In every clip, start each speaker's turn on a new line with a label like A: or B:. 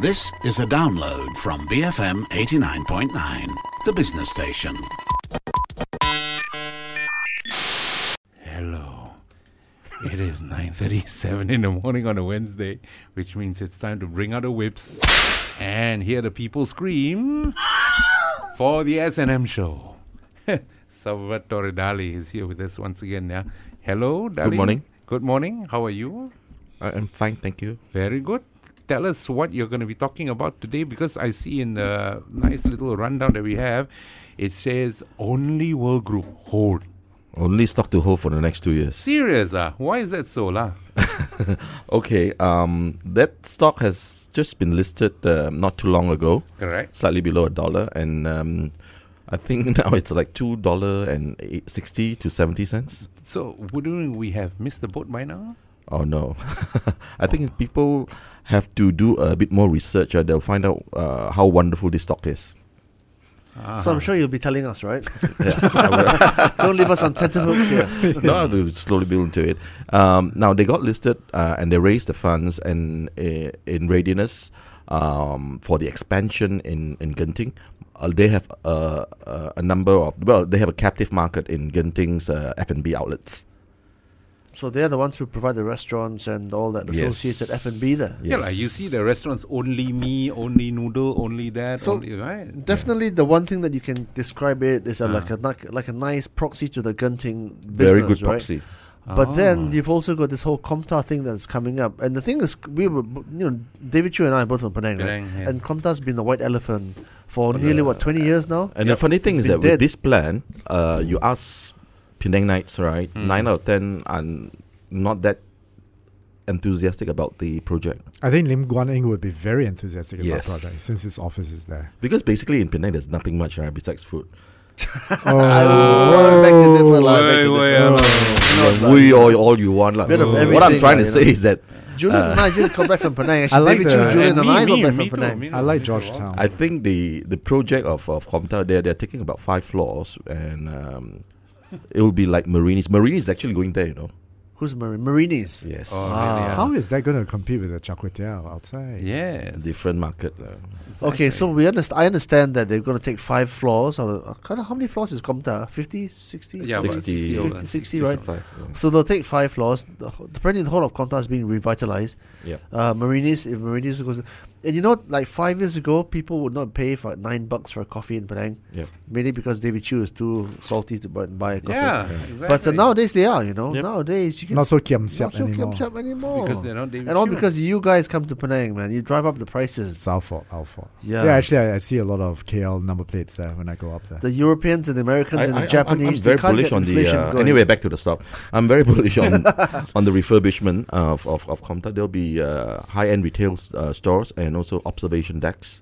A: This is a download from BFM 89.9, the business station.
B: Hello. It is 9:37 in the morning on a Wednesday, which means it's time to bring out the whips and hear the people scream for the S&M show. Salvatore Dali is here with us once again. Yeah. Hello, Dali.
C: morning.
B: Good morning. How are you?
C: I am fine, thank you.
B: Very good. Tell us what you're going to be talking about today because I see in the nice little rundown that we have, it says only World Group hold.
C: Only stock to hold for the next two years.
B: Serious, ah? Why is that so, lah?
C: Okay, um, that stock has just been listed uh, not too long ago,
B: Correct.
C: slightly below a dollar, and um, I think now it's like two dollar and eight- sixty to seventy cents.
B: So wouldn't we have missed the boat by now?
C: Oh no, I think people have to do a bit more research. Uh, they'll find out uh, how wonderful this stock is.
D: So I'm sure you'll be telling us, right?
C: Yes, I will.
D: Don't leave us on tenterhooks here.
C: no, I have to slowly build into it. Um, now they got listed uh, and they raised the funds and uh, in readiness um, for the expansion in in Genting. Uh, they have uh, uh, a number of well, they have a captive market in Genting's uh, F and B outlets.
D: So they're the ones who provide the restaurants and all that associated
C: Yes.
D: F&B there.
B: Yeah, lah. you see the restaurants only me, only noodle, only that,
D: So-
B: only right.
D: Definitely, the one thing that you can describe it is a, like a ni- like a nice proxy to the Gunting business,
C: Very good
D: right?
C: proxy.
D: But
B: Ah.
D: then you've also got this whole Comta thing that's coming up, and the thing is, we were b- you know David Chu and I are both from Penang, right?
B: Penang, yeah.
D: and Comta's been the white elephant for nearly what twenty years now.
C: And the funny thing
D: It's
C: is that with
D: been dead.
C: this plan, uh, you ask Penang Knights, right?
B: Mm.
C: Nine out of ten are not that enthusiastic about the project.
E: I think Lim Guan Eng would be very enthusiastic
C: Yes.
E: about the project since his office is there.
C: Because basically in Penang, there's nothing much right besides food.
E: Uh,
D: I beg to differ, lah, I beg to
B: Wait, wait,
D: differ.
B: hello.
D: Not
C: Yeah,
D: like-
C: we all, all you want. Like,
D: Bit of
C: what I'm
D: everything,
C: trying
D: lah,
C: to
D: you
C: say is that
D: Julian and I just come back from Penang. Actually,
E: Uh, I like
D: David
E: the-
D: Chu, Julian,
B: And
D: and I got back from Penang.
B: me
E: I like
B: me
E: Georgetown.
C: I think the, the project of, of Comta, they're, they're taking about five floors and um, it will be like Marini's. Marini's is actually going there, you know.
D: Who's Marine? Marini's.
C: Yes.
B: Oh,
E: How is that going to compete with the Char Kway Teow outside?
B: Yes.
C: Different market. uh, lah.
D: Okay, so we understand. I understand that they're going to take five floors. Or uh, kind of how many floors is Comta? 50, 60?
B: Yeah, about
C: 60,
B: 60 over.
D: 50, 60, right?
C: 65, yeah.
D: So they'll take five floors. The wh- Apparently, the whole of Comta is being revitalized.
C: Yeah.
D: Uh, Marini's, if Marini's goes, and you know, like five years ago, people would not pay for nine bucks for a coffee in Penang,
C: Yeah.
D: mainly because David Chu is too salty to buy, buy a coffee.
B: Yeah, exactly.
D: But uh, nowadays they are, you know.
C: Yep.
D: Nowadays you can
E: Not so kiam
D: not
E: siap
D: so
E: anymore.
D: kiamsiap
B: Oh.
D: anymore.
B: because they're not David
D: and all
B: Chiu.
D: because you guys come to Penang, man. You drive up the prices.
E: It's our fault, our fault.
D: Yeah.
E: actually, I, I see a lot of KL number plates there when I go up there.
D: The Europeans and the Americans and the
C: I'm-
D: Japanese.
C: I'm,
D: they
C: very
D: can't
C: bullish
D: get
C: on the.
D: inflation
C: Uh,
D: going.
C: anyway, back to the stock. I'm very bullish on on the refurbishment of of, of Comta. There'll be uh, high end retail uh, stores and also observation decks.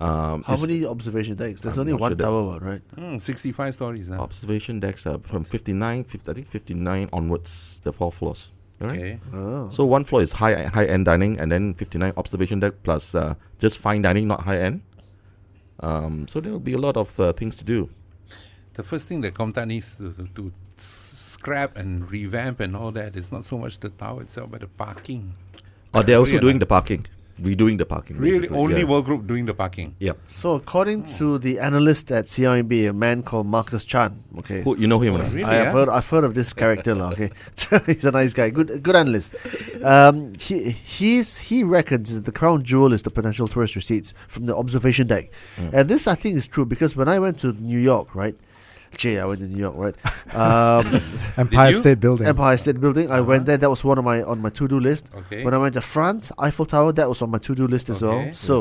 C: Um,
D: How
C: it's-
D: many observation decks? There's
C: I'm
D: only
C: not
D: one
C: sure that-
D: tower one, right?
B: Mm, 65 stories.
D: Oh,
B: ah.
C: observation decks are from 59, 50, I think 59 onwards, the four floors. All right.
B: Okay.
D: Oh.
C: So one floor is high high end dining, and then 59 observation deck plus uh, just fine dining, not high end. Um, so there will be a lot of uh, things to do.
B: The first thing that Comta needs to, to, to s- scrap and revamp and all that is not so much the tower itself, but the parking.
C: Oh, they're also
B: Korea,
C: doing
B: lah.
C: the parking, redoing the parking.
B: Really,
C: basically,
B: only
C: yeah.
B: World Group doing the parking.
C: Yep.
D: So according to the analyst at CIMB, a man called Marcus Chan. Okay.
C: Who, you know him,
B: Oh,
C: right?
B: really,
D: I have
B: ah?
D: heard. I've heard of this character, lah, Okay, he's a nice guy. Good, good analyst. Um, he he's he reckons that the crown jewel is the potential tourist receipts from the observation deck,
B: Hmm.
D: and this I think is true because when I went to New York, right, Jay, I went to New York, right, um,
E: Empire
B: you?
E: State Building.
D: Empire State Building. I
B: Uh-huh.
D: went there. That was one of my on my to do list.
B: Okay.
E: um,
D: When I went to France, Eiffel Tower. That was on my to do list as
B: Eh? Okay.
D: well. So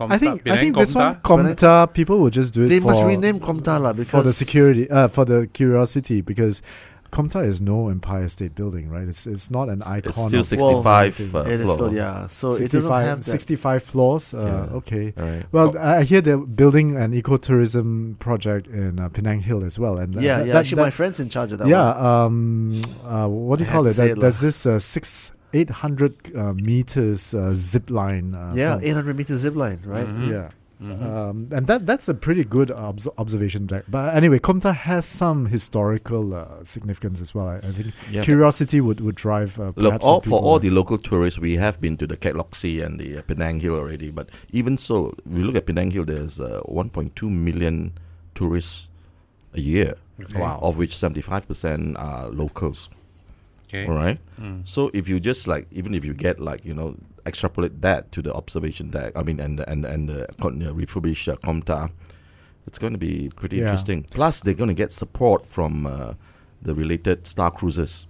B: Comta,
E: I think I
B: Penang,
E: think this one
B: Comta.
E: Comta people will just do it
D: they
E: for,
D: must rename Comtala because
E: for the security uh, for the curiosity because Comta is no Empire State Building, right? It's it's not an icon.
C: It's still
E: of-
C: 65 uh,
D: It is
C: floor.
D: still, yeah. So it doesn't
E: 65
D: have that.
E: 65 floors. Uh,
C: Yeah.
E: Okay.
C: All right.
E: Well, I I hear they're building an ecotourism project in uh, Penang Hill as well, and
D: yeah,
E: that-
D: yeah.
E: that-
D: actually, my
E: that-
D: friend's in charge of that.
E: yeah.
D: one.
E: Um, uh, what do
D: I
E: you
D: had
E: call
D: to
E: it?
D: say
E: There-
D: it
E: There's this uh, six eight hundred uh, Mm-hmm. meters uh, zip line. Uh,
D: Yeah,
E: from-
B: Mm-hmm.
C: Mm-hmm.
D: 800 meter zip line, right?
E: yeah. Um, and that that's a pretty good obs- observation deck. But anyway, Comta has some historical uh, significance as well. I, I think
C: Yeah.
E: curiosity would would drive. Uh,
C: Look,
E: perhaps some
C: all, for all
E: people-
C: the local tourists, we have been to the Cat Loxi and the uh, Penang Hill already. But even so, we look at Penang Hill. There's uh, 1.2 million tourists a year,
E: Wow.
C: of which 75% are locals.
B: Okay.
C: All right.
B: Mm.
C: So if you just like, even if you get like, you know, extrapolate that to the observation deck, I mean, and and and the con- uh, refurbished uh, Comta, it's going to be pretty
E: Yeah.
C: interesting. Plus, they're going to get support from uh, the related Star Cruises.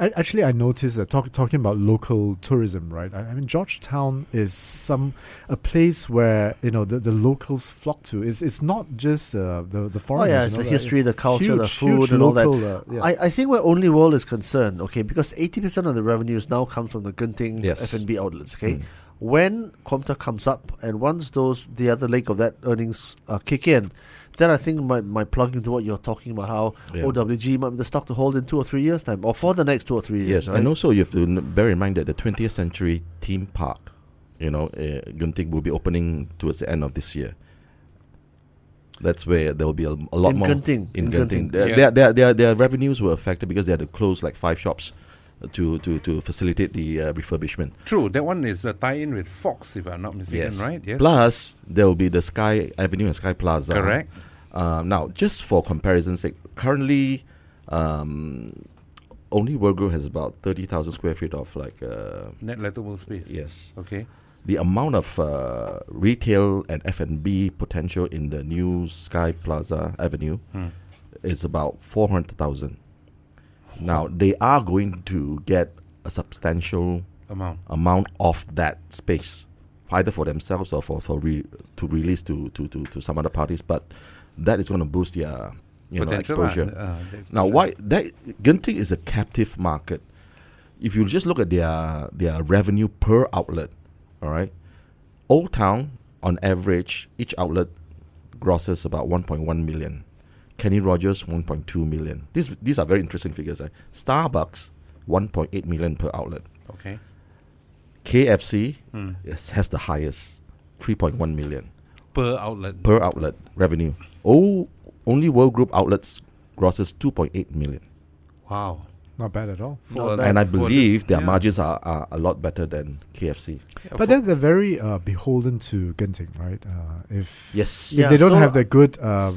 E: A- Actually, I noticed that talk, talking about local tourism, right? I, I mean, Georgetown is some a place where you know the, the locals flock to. It's it's not just uh, the the
D: Oh
E: foreigners.
D: yeah,
E: you
D: it's
E: know,
D: the
E: like,
D: history, the culture, the
E: huge, huge
D: food, and all that.
E: local, uh, yeah.
D: I, I think where Only World is concerned, okay, because eighty percent of the revenues now come from the Genting
C: Yes.
D: F and B outlets, okay.
C: Mm.
D: When Comta comes up, and once those the other leg of that earnings uh, kick in, then I think my my plug into what you're talking about how
C: Yeah.
D: OWG might be the stock to hold in two or three years time, or for the next two or three years.
C: Yes,
D: right?
C: and also you have to n- bear in mind that the 20th century theme park, you know, uh, Genting will be opening towards the end of this year. That's where there will be a, a lot
D: In
C: more
D: Genting,
C: in
D: in
C: Genting.
D: Genting.
C: Their,
B: Yeah.
C: their, their, their, their revenues were affected because they had to close like five shops to to, to facilitate the uh, refurbishment.
B: True, that one is a tie-in with Fox, if I'm not mistaken, right? Yes.
C: Plus, there will be the Sky Avenue and Sky Plaza.
B: Correct.
C: Uh, now, just for comparison's sake, currently, um, only World Group has about thirty thousand square feet of like. Uh,
B: Net lettable space.
C: Yes.
B: Okay.
C: the amount of uh, retail and F&B potential in the new Sky Plaza Avenue
B: Hmm.
C: is about 400,000. Now, they are going to get a substantial
B: Amount.
C: amount of that space, either for themselves or for, for re- to release to, to, to, to some other parties, but that is going to boost their you know,
B: Potential, ah,
C: exposure.
B: uh, the exposure.
C: Now, why that Genting is a captive market. If you just look at their their revenue per outlet, all right, Old Town on average each outlet grosses about 1.1 million. Kenny Rogers 1.2 million. These these are very interesting figures. eh. Starbucks 1.8 million per outlet.
B: Okay.
C: KFC
B: Hmm.
C: is, has the highest 3.1 million
B: Per outlet.
C: per outlet revenue. Oh, only World Group outlets grosses 2.8 million.
B: Wow.
E: not bad at all.
D: Not
B: For-
D: bad.
C: and I
B: for the-
C: believe their
B: yeah.
C: margins are, are a lot better than KFC.
B: Yeah, for-
E: But then they're very uh, beholden to Genting, right? Uh, if
C: Yes.
E: if
D: Yeah,
E: they don't
D: so-
E: have the good uh,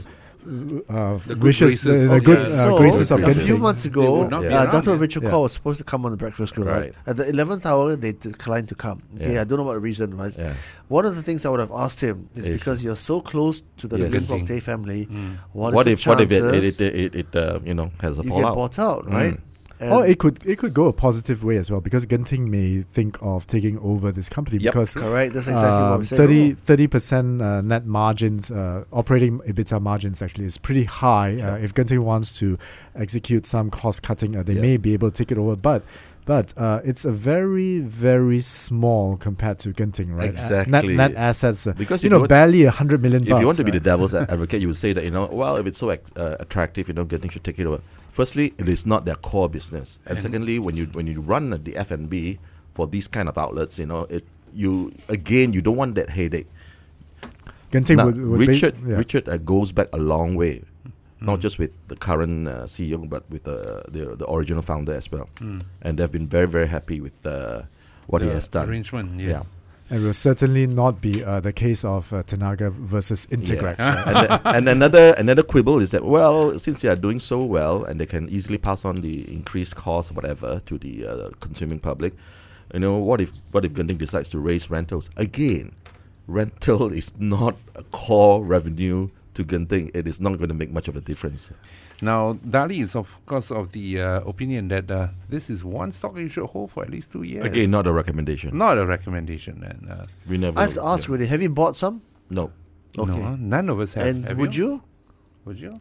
E: uh,
B: The good
E: wishes,
B: graces
E: the, the
B: of
E: good
B: the-
E: uh,
D: so,
E: graces of
D: a few
E: Genting.
D: months
B: They
D: ago,
B: would not
C: be
D: uh,
B: around
D: Dr.
B: yet.
D: Richard
E: Yeah.
D: Kaur was supposed to come on the breakfast crew. Right.
C: Right.
D: At the 11th hour, they declined to come. Okay,
C: Yeah.
D: I don't know what reason was.
C: Yeah.
D: One of the things I would have asked him is
C: Yes.
D: because you're so close to the
C: Yes.
D: Lindbrock Day family, what,
C: Mm. What
D: is
C: if
D: the
C: what if it it,
D: chances
C: it, it, it uh, you know has a
D: you get
C: fallout?
D: bought out,
C: Mm.
D: right? And
E: Or Oh, it could it could go a positive way as well because Genting may think of taking over this company
C: Yep.
E: because
D: correct. That's exactly
E: uh,
D: what I'm saying.
E: 30 Um, percent uh, net margins, uh, operating EBITDA margins actually is pretty high. Uh, if Genting wants to execute some cost cutting, uh, they
C: Yeah.
E: may be able to take it over. But but uh, it's a very very small compared to Genting, right? Uh, net,
C: Exactly.
E: net assets uh,
C: Because
E: you
C: if
E: know
C: you want-
E: barely a hundred million.
C: If
E: bucks,
C: you want to be the
E: right?
C: devil's a- advocate, you would say that you know, well, if it's so ac- uh, attractive, you know, Genting should take it over. Firstly, it is not their core business, and secondly, when you when you run the F and B for these kind of outlets, you know, it you again you don't want that headache.
E: Genting
C: Now,
E: would, would be-
C: Richard
E: yeah.
C: Richard uh, goes back a long way, not just with the current uh, CEO, but with the, the the original founder as well. And they've been very very happy with uh, what he
B: the
C: has done.
B: Arrangement, yes.
E: and will certainly not be uh, the case of uh, Tanaga versus Integrac.
C: Yeah. and, the- and another another quibble is that well, since they are doing so well and they can easily pass on the increased cost, whatever, to the uh, consuming public, you know, what if what if Genting decides to raise rentals again? Rental is not a core revenue to Genting. It is not going to make much of a difference.
B: Now, Dali is, of course, of the uh, opinion that uh, this is one stock you should hold for at least two years.
C: Again, not a recommendation.
B: Not a recommendation. And, uh,
C: We never.
D: I have to ask,
C: yeah.
D: really, have you bought some?
C: No.
D: Okay.
B: No, none of us have.
D: and
B: Have
D: would you?
B: Would you?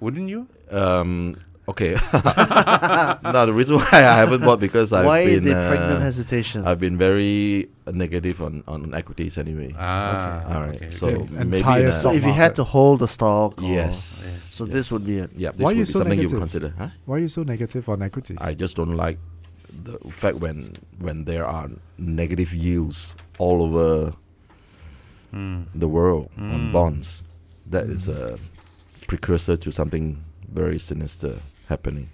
B: Wouldn't you?
C: Um, okay. no, the reason why I haven't bought because I've
D: Why
C: been.
D: the
C: uh,
D: pregnant hesitation?
C: I've been very negative on, on equities anyway.
B: Ah,
C: All right.
B: okay,
C: So
B: okay.
E: And- and
C: maybe
E: tie
C: in a-
E: us
D: so
E: up.
D: if you had to hold a stock, or-
C: yes.
D: So this would be it.
C: Yeah. This
E: Oh, Why are
C: would
E: you
C: be
E: so
C: something you
E: negative?
C: consider, huh?
E: Why are you so negative on equities?
C: I just don't like the fact when when there are negative yields all over
B: Mm.
C: the world
B: Mm.
C: on bonds. That is a precursor to something very sinister happening.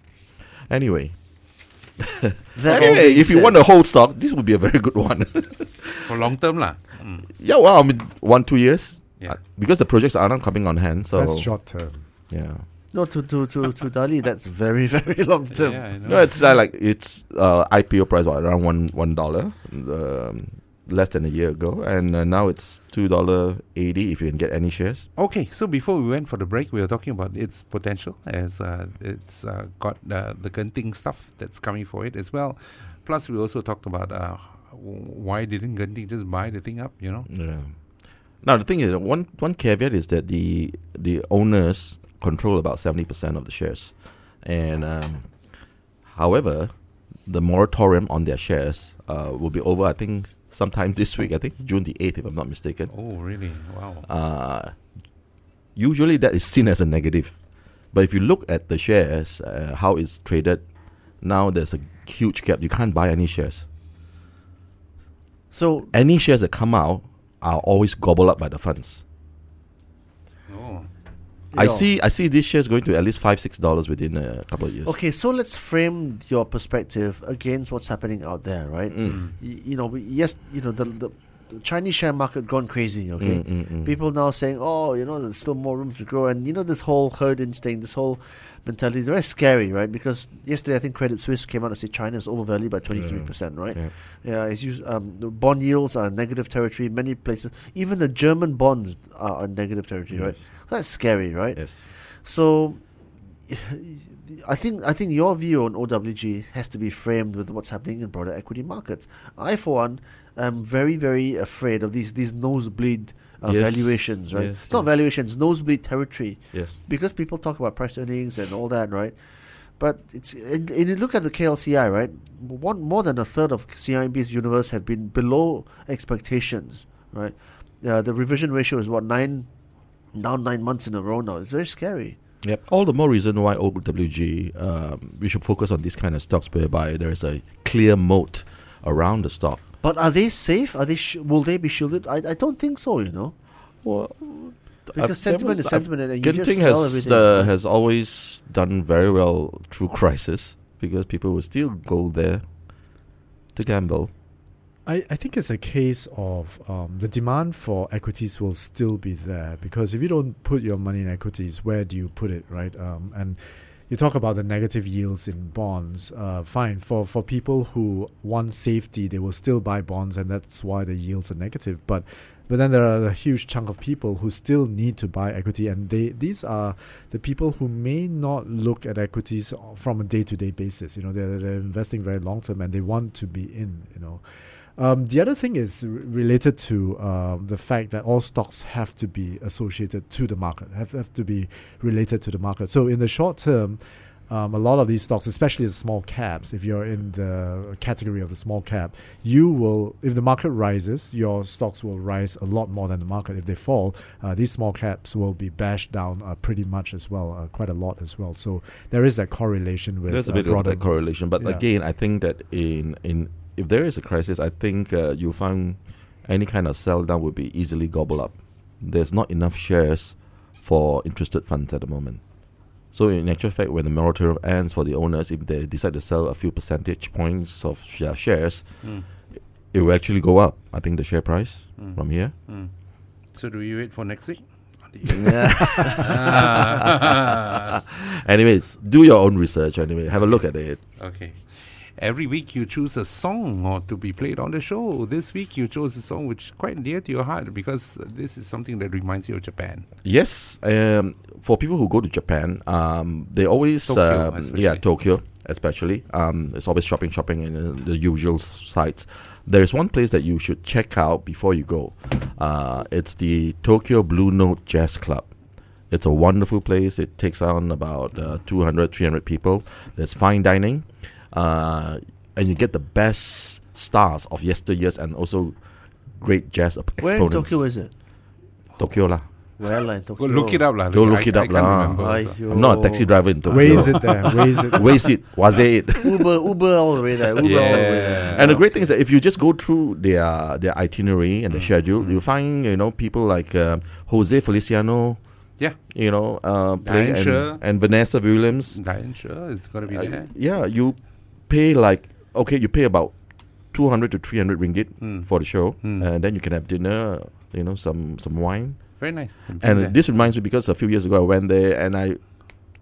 C: Anyway,
D: That all
C: anyway,
D: being
C: if you
D: said-
C: want to hold stock, this would be a very good one.
B: For long term, lah. Mm.
C: yeah, well, I mean, one two years,
B: Yeah.
C: Uh, because the projects are not coming on hand. So
E: That's short term.
C: yeah,
D: no to to to to Dali, that's very very long term.
B: Yeah, I know.
C: no, it's uh, like it's uh, IPO price what, around one one dollar, um, less than a year ago, and uh, now it's two dollar eighty if you can get any shares.
B: Okay, so before we went for the break, we were talking about its potential as uh, it's uh, got uh, the Genting stuff that's coming for it as well. Plus, we also talked about uh, w- why didn't Genting just buy the thing up, you know?
C: Yeah. Now the thing is, one one caveat is that the the owners control about seventy percent of the shares, and um, however, the moratorium on their shares uh, will be over. I think sometime this week. I think June the eighth, if I'm not mistaken.
B: Oh, really? Wow.
C: Uh, usually that is seen as a negative, but if you look at the shares, uh, how it's traded, now there's a huge gap. You can't buy any shares.
D: So
C: Any shares that come out are always gobbled up by the funds.
B: Oh.
C: I
D: you know,
C: see. I see these shares going to at least five, six dollars within a couple of years.
D: Okay, so let's frame your perspective against what's happening out there, right?
C: Mm.
D: Y- you know, we, yes, you know the, the the Chinese share market gone crazy. Okay,
C: Mm, mm, mm.
D: people now saying, oh, you know, there's still more room to grow, and you know this whole herd instinct, this whole mentality is very scary, right? Because yesterday I think Credit Suisse came out and said China is overvalued by twenty three percent, right?
C: Yeah.
D: Yeah, it's used, um, the bond yields are in negative territory. Many places, even the German bonds are in negative territory, right?
C: Yes.
D: That's scary, right?
C: Yes.
D: So, I think I think your view on OWG has to be framed with what's happening in broader equity markets. I, for one, am very very afraid of these these nosebleed uh,
C: Yes,
D: valuations, right?
C: yes,
D: It's not
C: yes.
D: valuations, nosebleed territory,
C: Yes.
D: because people talk about price earnings and all that, right? But it's and, and you look at the KLCI, right? One more than a third of CIMB's universe have been below expectations, right? Uh, the revision ratio is what nine, now nine months in a row now. It's very scary.
C: Yep. All the more reason why OWG um, we should focus on these kind of stocks whereby there is a clear moat around the stock.
D: But are they safe? Are they sh- will they be shielded? I, I don't think so. You know,
C: Well,
D: Because sentiment is sentiment and you
C: Genting
D: just
C: has
D: sell everything.
C: Uh, has always done very well through crisis because people will still go there to gamble.
E: I, I think it's a case of um, the demand for equities will still be there because if you don't put your money in equities, where do you put it, right? Um, and you talk about the negative yields in bonds. Uh, fine for for people who want safety, they will still buy bonds, and that's why the yields are negative. But but then there are a huge chunk of people who still need to buy equity, and they these are the people who may not look at equities from a day to day basis. You know, they're, they're investing very long term, and they want to be in. You know. Um, the other thing is r- related to um, the fact that all stocks have to be associated to the market, have, have to be related to the market. So in the short term, um, a lot of these stocks, especially the small caps, if you're in the category of the small cap, you will, if the market rises, your stocks will rise a lot more than the market. If they fall, uh, these small caps will be bashed down uh, pretty much as well, uh, quite a lot as well. So there is that correlation with
C: There's a
E: uh,
C: bit of
E: broader
C: that correlation, but
E: Yeah.
C: again, I think that in in if there is a crisis, I think uh, you find any kind of sell down will be easily gobbled up. There's not enough shares for interested funds at the moment. So in actual fact, when the moratorium ends for the owners, if they decide to sell a few percentage points of their shares,
B: Mm.
C: it will actually go up. I think the share price
B: Mm.
C: from here.
B: Mm. So, do we wait for next week? Ah.
C: Anyways, do your own research. Anyway, have a look at it.
B: Okay. Every week you choose a song or to be played on the show. This week you chose a song which is quite dear to your heart because this is something that reminds you of Japan.
C: Yes, um, for people who go to Japan, um, they always
B: Tokyo,
C: um,
B: especially.
C: yeah Tokyo especially. Um, it's always shopping, shopping, and uh, the usual s- sites. There is one place that you should check out before you go. Uh, it's the Tokyo Blue Note Jazz Club. It's a wonderful place. It takes on about uh, 200, 300 people. There's fine dining, uh, and you get the best stars of yesteryears and also great jazz ap-
D: Where
C: exponents.
D: in Tokyo is it?
C: Tokyo lah.
D: Well, in
B: Go
D: Tokyo.
B: look it up, lah.
C: Go
B: I-
C: look it
B: I
C: up
B: can't
C: lah.
B: remember, so.
D: Aiyo.
C: I'm not a taxi driver in Tokyo.
E: Ways it there. Ways it.
C: Waste it. Was it?
D: Uber, Uber all the way there. Uber all the way there.
B: Yeah.
C: And the great thing is that if you just go through their their itinerary and the
B: Mm.
C: schedule, you find you know people like uh, Jose Feliciano,
B: Yeah.
C: you know, uh, playing and,
B: Sher.
C: and Vanessa Williams.
B: Diane Sure is going to be
C: Uh,
B: there.
C: yeah, you pay like okay, you pay about two hundred to three hundred ringgit
B: Mm.
C: for the show,
B: Mm.
C: and then you can have dinner, you know, some some wine.
B: Very nice.
C: And
B: Yeah.
C: this reminds me because a few years ago I went there and I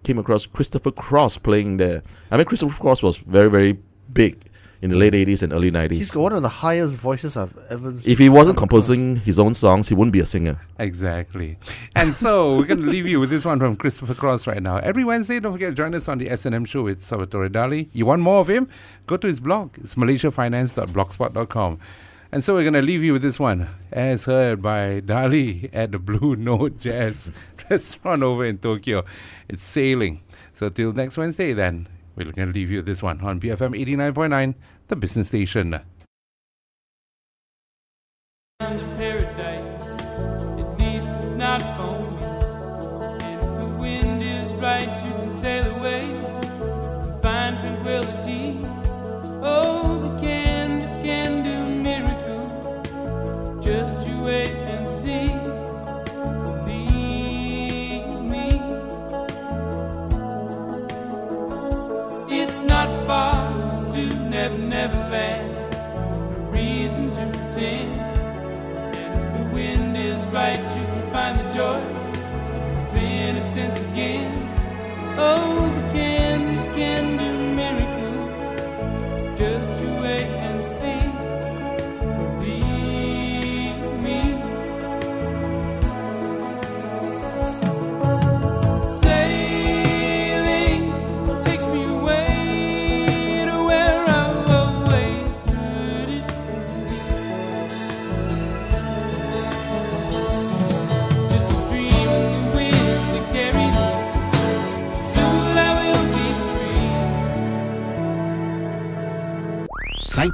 C: came across Christopher Cross playing there. I mean, Christopher Cross was very very big in the late eighties and early nineties.
D: Mm. He's got one of the highest voices I've ever seen.
C: If he wasn't
D: Come
C: composing his own songs, he wouldn't be a singer.
B: Exactly. And so we're going to leave you with this one from Christopher Cross right now. Every Wednesday, don't forget to join us on the S&M show with Salvatore Dali. You want more of him? Go to his blog. It's malaysiafinance.blogspot.com. And so we're going to leave you with this one, as heard by Dali at the Blue Note Jazz restaurant over in Tokyo. It's sailing. So till next Wednesday, then, we're going to leave you with this one on BFM 89.9, the business station.
F: Under paradise, at least it's not for me. And if the wind is right, you can sail away and find tranquility. Oh, the canvas can do miracles. Just you wait and see. Believe me, it's not far to never, never land. No reason to pretend. And if the wind is right, you can find the joy of innocence again. Oh, the candles can do miracles. Just you wait and see. Believe me. Sailing takes me away to where I always wanted Just a dream the wind that carried me. Soon I will be free.
A: Thank